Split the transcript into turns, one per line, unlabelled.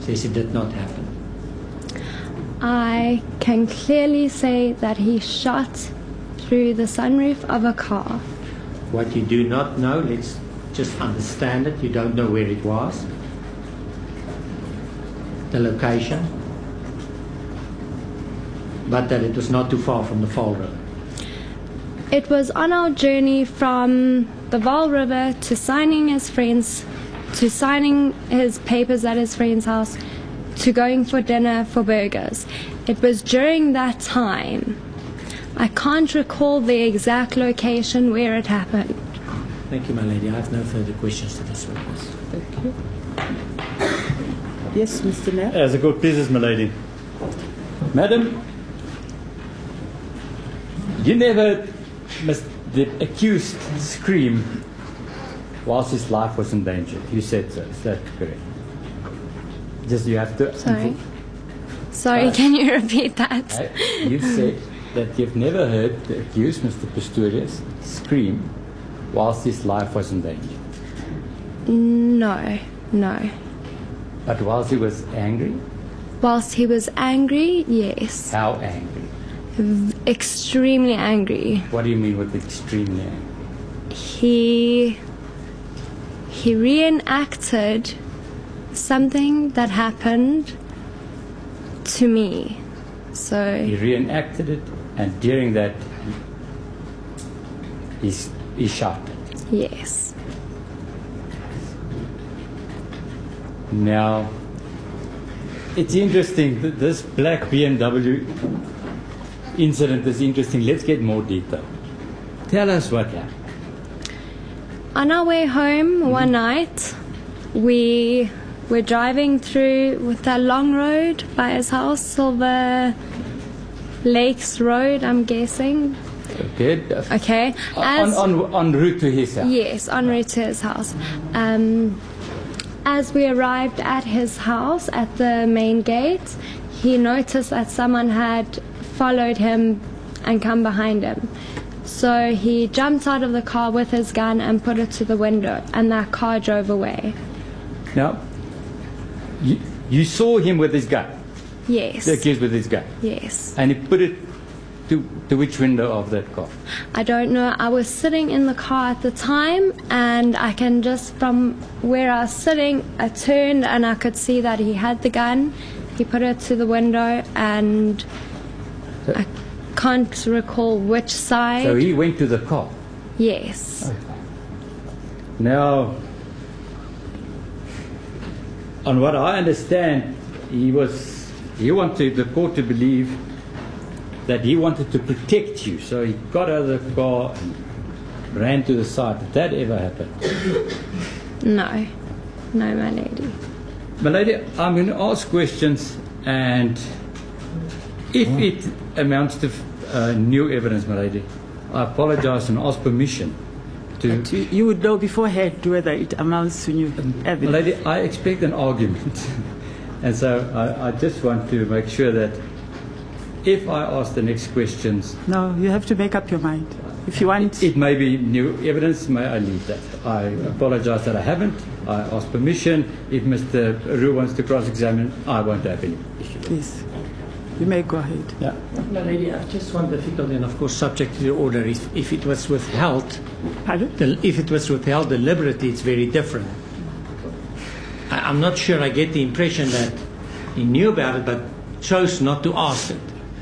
says it did not happen.
I can clearly say that he shot through the sunroof of a car.
What you do not know, let's just understand it. You don't know where it was, the location, but that it was not too far from the Fall River.
It was on our journey from the Vaal River to signing his friends, to signing his papers at his friend's house, to going for dinner for burgers. It was during that time. I can't recall the exact location where it happened.
Thank you, my lady. I have no further questions to this witness.
Thank you. Yes, Mr. Knapp.
As the court pleases, my lady. Madam, you never missed the accused scream whilst his life was in danger. You said so. Is that correct? Just you have to.
Sorry. Sorry, can you repeat that?
Uh, You said that you've never heard the accused, Mr. Pistorius, scream whilst his life was in danger.
No, no.
But whilst he was angry,
Whilst he was angry, yes.
how angry?
Extremely angry.
What do you mean with extremely angry?
He he reenacted something that happened to me. So
He reenacted it, and during that, he, s- he shouted.
yes.
Now, it's interesting. th- This black BMW incident is interesting. Let's get more detail. Tell us what happened.
On our way
Mm-hmm.
home one night, we were driving through with a long road by his house, Silver Lakes Road, I'm guessing.
Okay. uh,
Okay.
On,
As-
on, on route to his house.
Yes, en route to his house. Um, as we arrived at his house at the main gate, he noticed that someone had followed him and come behind him. So he jumped out of the car with his gun and put it to the window, and that car drove away.
Now, you, you saw him with his gun,
Yes.
the accused with his gun,
Yes.
and he put it to, to which window of that car?
I don't know. I was sitting in the car at the time, and I can just from where I was sitting, I turned and I could see that he had the gun. He put it to the window, and I can't recall which side.
So he Oh. went to the car.
yes.
Now, on what I understand, he was he wanted the court to believe that he wanted to protect you, so he got out of the car and ran to the side. Did that ever happen?
No. No, my lady.
Milady, I'm going to ask questions, and if it amounts to uh, new evidence, Milady, I apologize and ask permission to.
You, you would know beforehand whether it amounts to new evidence.
Milady, I expect an argument, and so I, I just want to make sure that if I ask the next questions,
No, you have to make up your mind. If you want,
it may be new evidence, may I need that. I apologize that I haven't. I ask permission. If Mr. Rue wants to cross examine, I won't have any issue.
please, you may go ahead.
Yeah.
My lady, I just want difficulty, and of course, subject to the order. If, if it was withheld,
Pardon?
the, if it was withheld deliberately, it's very different. I, I'm not sure I get the impression that he knew about it, but chose not to ask it.